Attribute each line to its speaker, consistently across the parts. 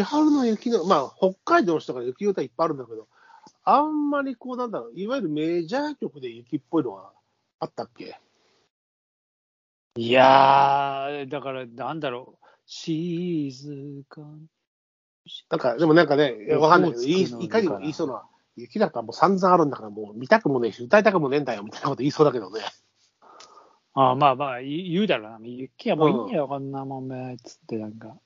Speaker 1: の、まあ、北海道の人から雪歌いっぱいあるんだけど、あんまりこう、なんだろう、いわゆるメジャー曲で雪っぽいのはあったっけ
Speaker 2: いやー、だから、なんだろう。静かに。
Speaker 1: なんか、でもなんかね、わかんないけど、
Speaker 2: オホー
Speaker 1: い
Speaker 2: ツクの
Speaker 1: いいかに
Speaker 2: か
Speaker 1: も
Speaker 2: な
Speaker 1: 言いそうな、雪だったらもう散々あるんだから、もう見たくもねえし、歌いたくもねえんだよ、みたいなこと言いそうだけどね。
Speaker 2: ああまあまあ、言う言うだろうな。雪はもういいんやよ、こんなもんめ。つって、なんか。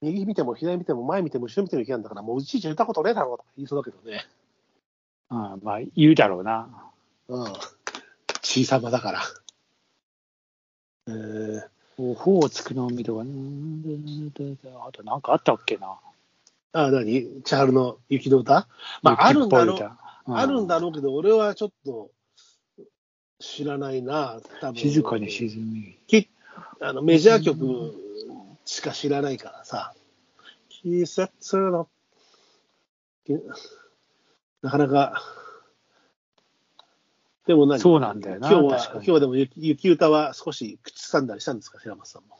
Speaker 1: 右見ても左見ても前見ても後ろ見ても雪なんだから、もういちいち歌うことねえだろうとか言いそうだけどね。
Speaker 2: ああまあ、言うだろうな。
Speaker 1: うん。小さまだから。えー、
Speaker 2: オホーツクの海とかね。あと、なんかあったっけな。
Speaker 1: あ、何千春の雪の歌まあ、あるんだろう
Speaker 2: 雪っぽい、歌う
Speaker 1: あるんだろうけど、俺はちょっと知らないな、多分
Speaker 2: 静かに沈み。
Speaker 1: あのメジャー曲しか知らないからさ、季節の、けなかなか、でも何
Speaker 2: そうなんだよな
Speaker 1: 今日は、
Speaker 2: 確か
Speaker 1: 今
Speaker 2: に
Speaker 1: 日はでも雪雪歌は少し口ずさんだりしたんですか、平松さんも。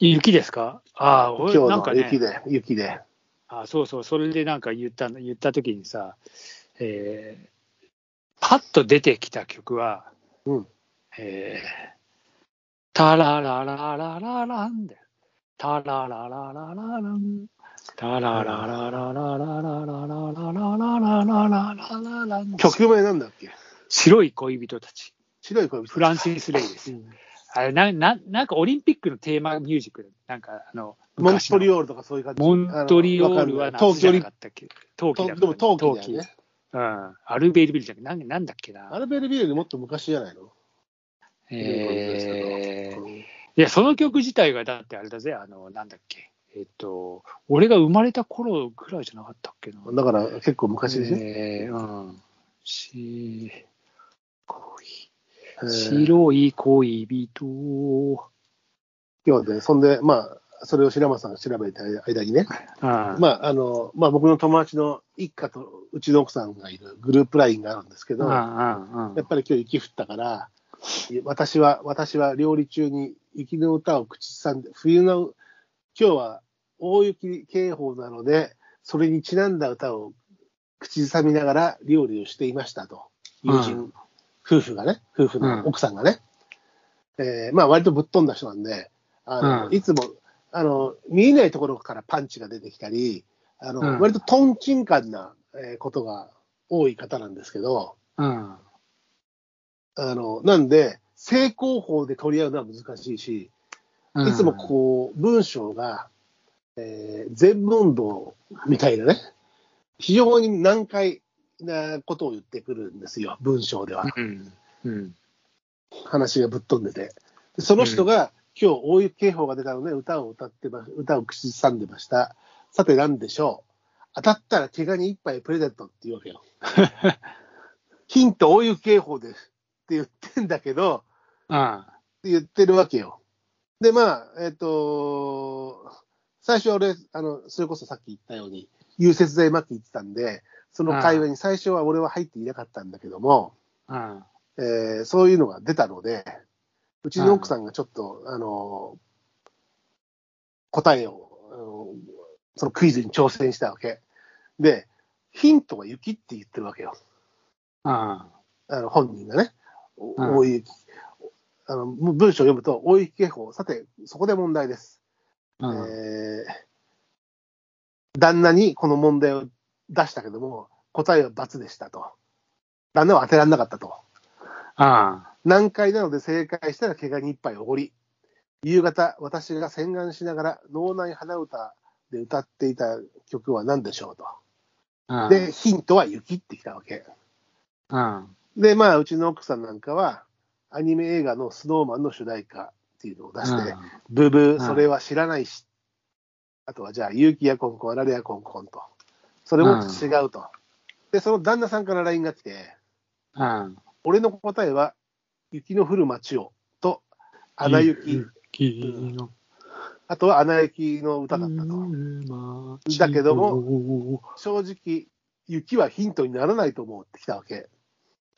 Speaker 2: 雪ですかああ、俺なん
Speaker 1: 今
Speaker 2: か
Speaker 1: 日の雪
Speaker 2: ね。
Speaker 1: で、雪で。
Speaker 2: あそうそう、それでなんか言ったの、言った時にさ、えーパッと出てきた曲は、
Speaker 1: うん
Speaker 2: えータラララララランだよ。タララララララン。タラララララララララララララララララン。
Speaker 1: 曲名なんだっけ
Speaker 2: 白い恋人たち。
Speaker 1: 白い声
Speaker 2: フランシス・レイです。あれなな、なんかオリンピックのテーマミュージック、なんかあの、
Speaker 1: モントリ
Speaker 2: オール。
Speaker 1: オールとかそういう感じ。
Speaker 2: モントリオール
Speaker 1: あ
Speaker 2: は
Speaker 1: のわかんない東
Speaker 2: 夏じ
Speaker 1: 京
Speaker 2: ゃ
Speaker 1: に
Speaker 2: なかったっけ冬季だ
Speaker 1: でも冬季だよね。
Speaker 2: うんアルベールビルじゃなくて、なんなんだっけ
Speaker 1: ア
Speaker 2: な。
Speaker 1: ルベルビールよりもっと昔じゃないの
Speaker 2: えー、いや、その曲自体が、だってあれだぜ、あの、なんだっけ。えっと、俺が生まれた頃くらいじゃなかったっけな。
Speaker 1: だから結構昔でしょ、
Speaker 2: えー、うん。し、恋
Speaker 1: えー
Speaker 2: 白い恋人。
Speaker 1: 今日で、そんで、まあ、それを白松さんが調べた間にね、
Speaker 2: うん。
Speaker 1: まあ、あの、まあ、僕の友達の一家とうちの奥さんがいるグループラインがあるんですけ
Speaker 2: う
Speaker 1: ど、や
Speaker 2: んうんうん
Speaker 1: っぱり今日雪降ったから、私は、私は料理中に雪の歌を口ずさんで、冬の、今日は大雪警報なので、それにちなんだ歌を口ずさみながら料理をしていましたと。友人、
Speaker 2: う
Speaker 1: 夫婦がね、夫婦の奥さんがね、えーまあ割とぶっ飛んだ人なんで、あの
Speaker 2: うん
Speaker 1: いつもあの見えないところからパンチが出てきたり、あの
Speaker 2: うん
Speaker 1: 割とトンチンカンなえーことが多い方なんですけど、
Speaker 2: うん。
Speaker 1: あのなんで、正攻法で取り合うのは難しいし、
Speaker 2: うん
Speaker 1: いつもこう、文章が、えー全問答みたいなね、非常に難解なことを言ってくるんですよ、文章では。
Speaker 2: うん。うん。
Speaker 1: 話がぶっ飛んでて、でその人が、今日大雪警報が出たので、歌を歌ってま、歌を口ずさんでました。さて、何でしょう当たったら手紙に一杯プレゼントっていうわけ よ。ヒント、大雪警報ですって言ってんだけど、
Speaker 2: うん。
Speaker 1: って言ってるわけよ。で、まあ、えっ、と最初は俺、あの、それこそさっき言ったように、融雪剤まき言ってたんで、その会話に最初は俺は入っていなかったんだけども、
Speaker 2: うん。
Speaker 1: えーそういうのが出たので、うちの奥さんがちょっと、あの答えを、あのそのクイズに挑戦したわけ。で、ヒントは雪って言ってるわけよ。
Speaker 2: うん。
Speaker 1: あの本人がね、お
Speaker 2: うん
Speaker 1: 大雪。あの文章を読むと、大雪警報。さて、そこで問題です。
Speaker 2: うん。
Speaker 1: えー旦那にこの問題を出したけども、答えは×でしたと。旦那は当てられなかったと。
Speaker 2: うん。
Speaker 1: 難解なので正解したら怪我に一杯おごり。夕方、私が洗顔しながら脳内花歌で歌っていた曲は何でしょうと。
Speaker 2: うん
Speaker 1: で、ヒントは雪ってきたわけ。
Speaker 2: うん。
Speaker 1: で、まあ、うちの奥さんなんかは、アニメ映画のスノーマンの主題歌っていうのを出して、ブブ
Speaker 2: うん
Speaker 1: ー、それは知らないし。あとは、じゃあ、勇気やコンコン、あられやコンコンと。それも違うと。で、その旦那さんから LINE が来て、
Speaker 2: うん。
Speaker 1: 俺の答えは、雪の降る街を、と、アナ雪。
Speaker 2: 雪の
Speaker 1: あとは穴雪の歌だったと。
Speaker 2: と
Speaker 1: だけど
Speaker 2: も、
Speaker 1: 正直、雪はヒントにならないと思うってきたわけ。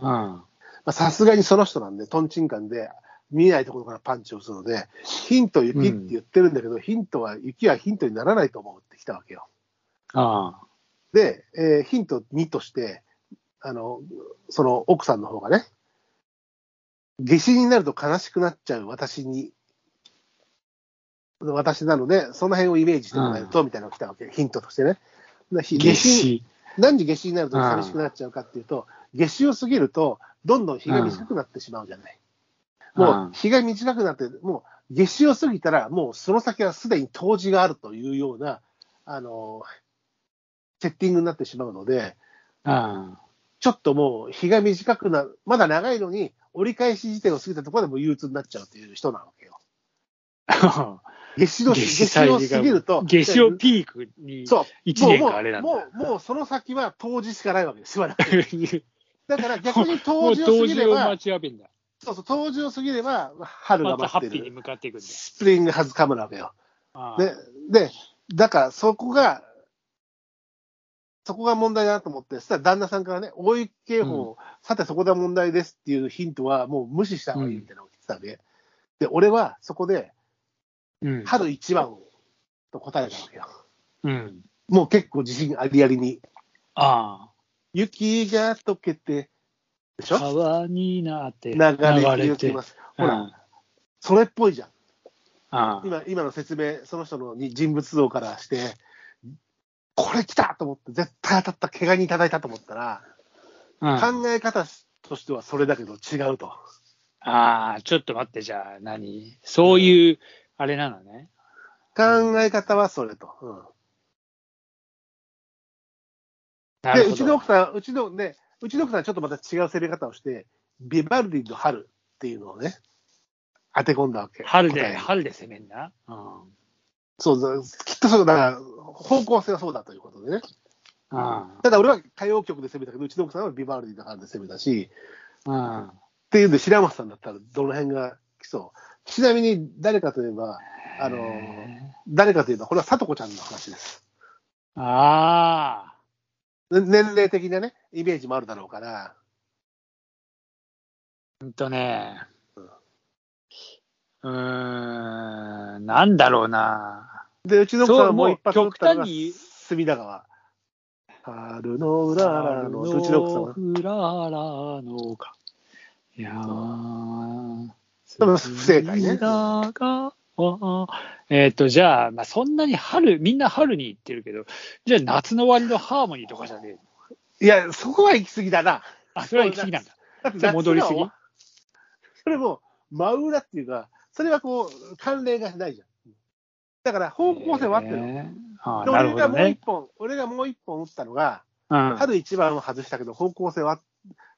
Speaker 2: うん。
Speaker 1: まあさすがにその人なんで、トンチンカンで、見えないところからパンチを打つので、ヒント雪って言ってるんだけど、ヒントは、雪はヒントにならないと思うってきたわけよ。
Speaker 2: あ
Speaker 1: で、えーヒント2として、あの、その奥さんの方がね、下死になると悲しくなっちゃう私に、私なので、その辺をイメージしてもらえると、みたいなのが来たわけ、ヒントとしてね。だ
Speaker 2: あ。
Speaker 1: し
Speaker 2: 下
Speaker 1: 下死
Speaker 2: 死。
Speaker 1: 何時下死になると寂しくなっちゃうかっていうと、夏至を過ぎると、どんどん日が短くなってしまうじゃない。
Speaker 2: うん
Speaker 1: もう日が短くなって、もう夏至を過ぎたら、もうその先はすでに冬至があるというような、あの、セッティングになってしまうので、
Speaker 2: あ
Speaker 1: ちょっともう日が短くな、まだ長いのに、折り返し時点を過ぎたところでもう憂鬱になっちゃうという人なわけよ。
Speaker 2: あ。
Speaker 1: 夏至の、
Speaker 2: 夏
Speaker 1: 夏
Speaker 2: 至
Speaker 1: 至を過ぎると、
Speaker 2: 下死をピークに。
Speaker 1: そう、
Speaker 2: 一年
Speaker 1: もう
Speaker 2: かあれなんだ
Speaker 1: もう、もうもうその先は冬至しかないわけですよ。
Speaker 2: も
Speaker 1: だから逆に冬
Speaker 2: う
Speaker 1: 至を過
Speaker 2: 同
Speaker 1: ぎ
Speaker 2: 時
Speaker 1: れ
Speaker 2: を
Speaker 1: ば
Speaker 2: 待、ちわびんだ。
Speaker 1: そうそう、冬至を過ぎれば、春が
Speaker 2: またハ
Speaker 1: 待っ
Speaker 2: ッ
Speaker 1: て
Speaker 2: ピーに
Speaker 1: る。
Speaker 2: 向かっていくんだ。
Speaker 1: スプリングハズカムなわけよ。
Speaker 2: ああ
Speaker 1: で、で、だからそこが、そこが問題だなと思って、そしたら旦那さんからね、大雪警報、さてそこが問題ですっていうヒントはもう無視した方がいいみたいなのを言ってたわけ。で、俺はそこで、
Speaker 2: うん。
Speaker 1: 春一番と答えたわけよ。
Speaker 2: うん。
Speaker 1: もう結構自信ありありに。
Speaker 2: ああ。
Speaker 1: 雪が溶けて、でしょ
Speaker 2: 川になって
Speaker 1: 流
Speaker 2: 流
Speaker 1: れて
Speaker 2: れ
Speaker 1: 行き
Speaker 2: て
Speaker 1: ま。す。ほら、
Speaker 2: あ
Speaker 1: それっぽいじゃん。
Speaker 2: あ。
Speaker 1: 今今の説明、その人のに人物像からして、これ来たと思って、絶対当たった、怪我にいただいたと思ったら、
Speaker 2: あ
Speaker 1: 考え方としてはそれだけど違うと。
Speaker 2: あー、ちょっと待って、じゃあ何そういう、あれなのね。
Speaker 1: 考え方はそれと。う、
Speaker 2: なん
Speaker 1: で、
Speaker 2: るほ
Speaker 1: うちの
Speaker 2: ど
Speaker 1: 奥。さん、うちのね、うちの奥さんはちょっとまた違う攻め方をして、ビバルディの春っていうのをね、当て込んだわけ。
Speaker 2: 春
Speaker 1: 答え
Speaker 2: で、
Speaker 1: に
Speaker 2: 春で攻めんな。うん。
Speaker 1: そうだ、きっとそうだから、方向性はそうだということでね。
Speaker 2: うん。
Speaker 1: ただ俺は歌謡曲で攻めたけど、うちの奥さんはビバルディの春で攻めたし、
Speaker 2: うん。
Speaker 1: っていうんで、白松さんだったらどの辺が来そうちなみに誰かといえば、あの誰かといえば、これは聡子ちゃんの話です。
Speaker 2: あ
Speaker 1: ね年齢的なね、イメージもあるだろうから、
Speaker 2: あ、ほんとね。うーん、なんだろうな。
Speaker 1: で、うちの奥さんはもう一発
Speaker 2: そ
Speaker 1: 打
Speaker 2: うもう
Speaker 1: ったの
Speaker 2: 極
Speaker 1: が
Speaker 2: 端に
Speaker 1: 隅田川。春のうららの、うちの奥さんは。
Speaker 2: うららのか。いやー。
Speaker 1: 多分不正解ね
Speaker 2: 隅田川えっ、と、じゃあ、まあ、そんなに春、みんな春に行ってるけど、じゃあ夏の終わりのハーモニーとかじゃねえ。
Speaker 1: いや、そこは行き過ぎだな。
Speaker 2: あ、それは行き過ぎなんだ。
Speaker 1: だって
Speaker 2: じゃあ戻りす
Speaker 1: 夏
Speaker 2: ぎ
Speaker 1: が終わそれも、真裏っていうか、それはこう、関連がないじゃん。だから方向性は合ってるの。
Speaker 2: えーあ
Speaker 1: で
Speaker 2: ーなる
Speaker 1: 俺
Speaker 2: ほ
Speaker 1: が
Speaker 2: ど
Speaker 1: もう
Speaker 2: ね
Speaker 1: 一。本、俺がもう一本打ったのが、
Speaker 2: うん
Speaker 1: 春一番を外したけど、方向性は、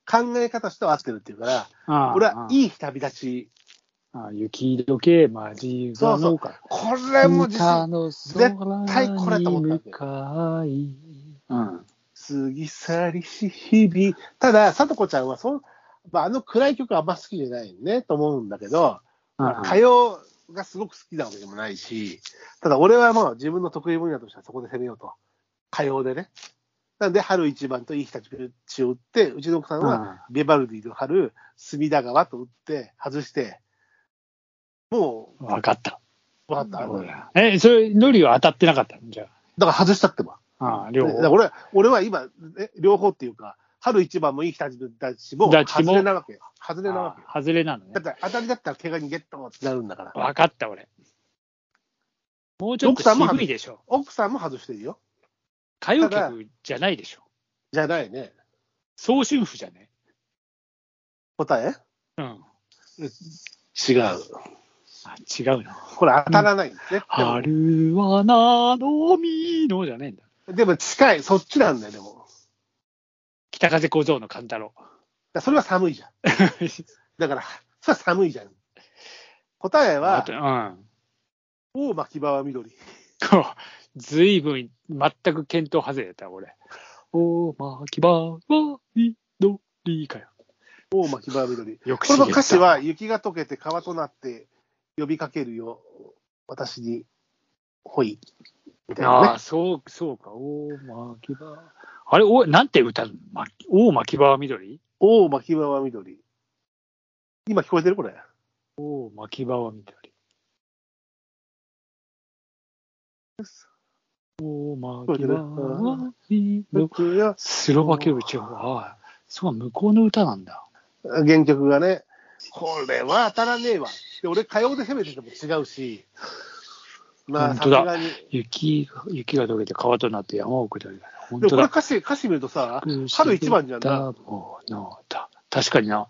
Speaker 1: 考え方としては合ってるっていうから、
Speaker 2: あー
Speaker 1: 俺
Speaker 2: あ
Speaker 1: は
Speaker 2: ー
Speaker 1: いい旅立ち。
Speaker 2: ああ雪解け間近
Speaker 1: そうそう
Speaker 2: のか。
Speaker 1: これも自信。
Speaker 2: の
Speaker 1: 対これと思ったん
Speaker 2: たい。うん。
Speaker 1: 過ぎ去りし日々。ただ、さとこちゃんはそん、まあ、あの暗い曲はあんま好きじゃないね、と思うんだけど、まあ歌謡がすごく好きなわけでもないし、ただ俺はもう自分の得意分野としてはそこで攻めようと。歌謡でね。なんで、春一番といい日立ちを打って、うちの奥さんはビバルディの春、隅田川と打って、外して、も
Speaker 2: うんわかった。
Speaker 1: う、わかった。だか
Speaker 2: え、それ、ノリは当たってなかったのじゃ
Speaker 1: ら外したってば。
Speaker 2: あ。ああ、
Speaker 1: で
Speaker 2: 両
Speaker 1: だから
Speaker 2: 方。
Speaker 1: 俺は俺は今、え両方っていうか、春一番もいい日立ちも、
Speaker 2: 立ちも
Speaker 1: 外れなわけよ。外れなわけよ。
Speaker 2: ああ外れなのね
Speaker 1: だっ。て当たりだったら怪我にゲットってなるんだから。
Speaker 2: わかった、俺。もうちょっと
Speaker 1: 奥さんも
Speaker 2: 渋いでしょ。
Speaker 1: 奥さんも外してるよ。
Speaker 2: 歌謡曲じゃないでしょ。
Speaker 1: じゃないね。
Speaker 2: 総春譜じゃね。
Speaker 1: 答え
Speaker 2: うん。
Speaker 1: 違う。
Speaker 2: あ、違うな。
Speaker 1: これ当たらないんですね。でも
Speaker 2: 春はなのみのじゃねえんだ。
Speaker 1: でも近い、そっちなんだよ、でも。だか
Speaker 2: 北風小僧の勘太郎。
Speaker 1: らそれは寒い じゃん。だから、それは寒いじゃん。答え
Speaker 2: あ
Speaker 1: は
Speaker 2: と、、うん。
Speaker 1: 大巻き場は緑。
Speaker 2: こう、ずいぶん、全く見当外れた、俺。おまきばわみどりかよ。
Speaker 1: 大巻き場は緑。
Speaker 2: よく
Speaker 1: こ
Speaker 2: 知
Speaker 1: の
Speaker 2: り合
Speaker 1: 歌
Speaker 2: った
Speaker 1: 詞は、雪が溶けて川となって呼びかけるよ、私に、ほい。みたいな
Speaker 2: あ
Speaker 1: ね
Speaker 2: あ、。そう、そうか。おまきばあれ、お、なんて歌うのまおまきばみどり
Speaker 1: 大巻き場は緑。今聞こえてるこれ。
Speaker 2: おまきばみどり。おま
Speaker 1: そう
Speaker 2: き
Speaker 1: だね
Speaker 2: わいの
Speaker 1: 僕は
Speaker 2: スロバキアより地方はいそう向こうの歌なんだ
Speaker 1: 原曲がね、これは当たらねえわ。で、俺、火曜で攻めてても違うし、まあ、
Speaker 2: 本
Speaker 1: さ
Speaker 2: 当
Speaker 1: す
Speaker 2: だ
Speaker 1: がに。
Speaker 2: 雪が雪が溶けて川となって山を下りだ本
Speaker 1: でもこ
Speaker 2: 当
Speaker 1: れ
Speaker 2: だ
Speaker 1: 歌詞、歌詞見るとさ、春一番じゃんな。
Speaker 2: だもうのだ確かにな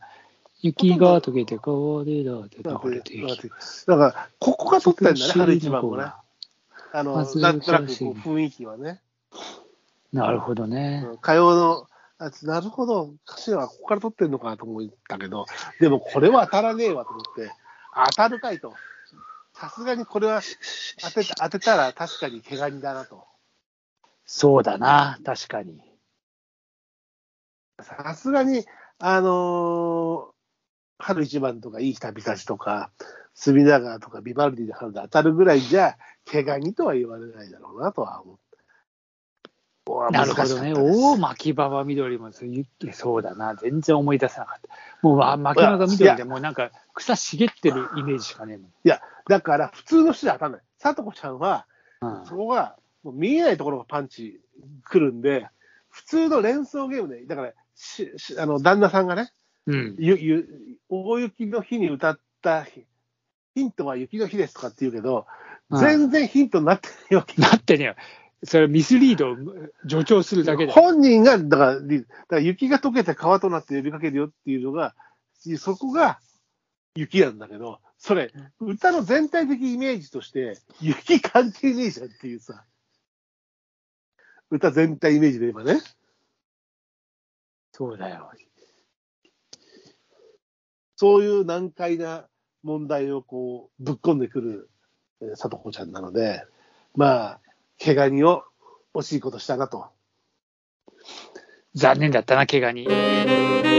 Speaker 2: 雪が溶けて川でだって
Speaker 1: だか
Speaker 2: 流れていき
Speaker 1: ら、ここが取ったんだね、春一番もね。あの、
Speaker 2: 恥ずかしい
Speaker 1: なんとなくこう雰囲気はね。
Speaker 2: なるほどね、
Speaker 1: うん火曜の、あなるほど、歌詞はここから取ってんのかなと思ったけど、でもこれは当たらねえわと思って、当たるかいと。さすがにこれは当てた当てたら確かに毛ガニだなと。
Speaker 2: そうだな確かに
Speaker 1: さすがに、あのー春一番とか、いい日旅立ちとか、隅田川とか、ビバルディで春で当たるぐらいじゃ、毛ガニとは言われないだろうなとは思った。
Speaker 2: なるほどね。おお、牧場は緑もそういう、そうだな。全然思い出せなかった。もう、わ牧場が緑
Speaker 1: い
Speaker 2: で、
Speaker 1: や
Speaker 2: もうなんか草茂ってるイメージしかね
Speaker 1: だから、普通の人じゃ当たんない。さとこちゃんは、
Speaker 2: えもん。
Speaker 1: そこが、もう見えないところがパンチ来るんで、普通の連想ゲームで、だから、ししあの旦那さんがね、
Speaker 2: うん。うん。
Speaker 1: ゆゆ大雪の日に歌った日ヒントは雪の日ですとかって言うけど、
Speaker 2: うん
Speaker 1: 全然ヒントになってないわけ
Speaker 2: だってね、それミスリードを助長するだけで。
Speaker 1: 本人がだから、りだから雪が溶けて川となって呼びかけるよっていうのが、そこが雪なんだけど、それ、歌の全体的イメージとして、雪関係ねえじゃんっていうさ、歌全体イメージで言えばね。
Speaker 2: そうだよ。
Speaker 1: そういう難解な問題をこうぶっ込んでくる、えー、さとこちゃんなので、まあ、毛ガニを惜しいことしたなと。
Speaker 2: 残念だったな、怪我に。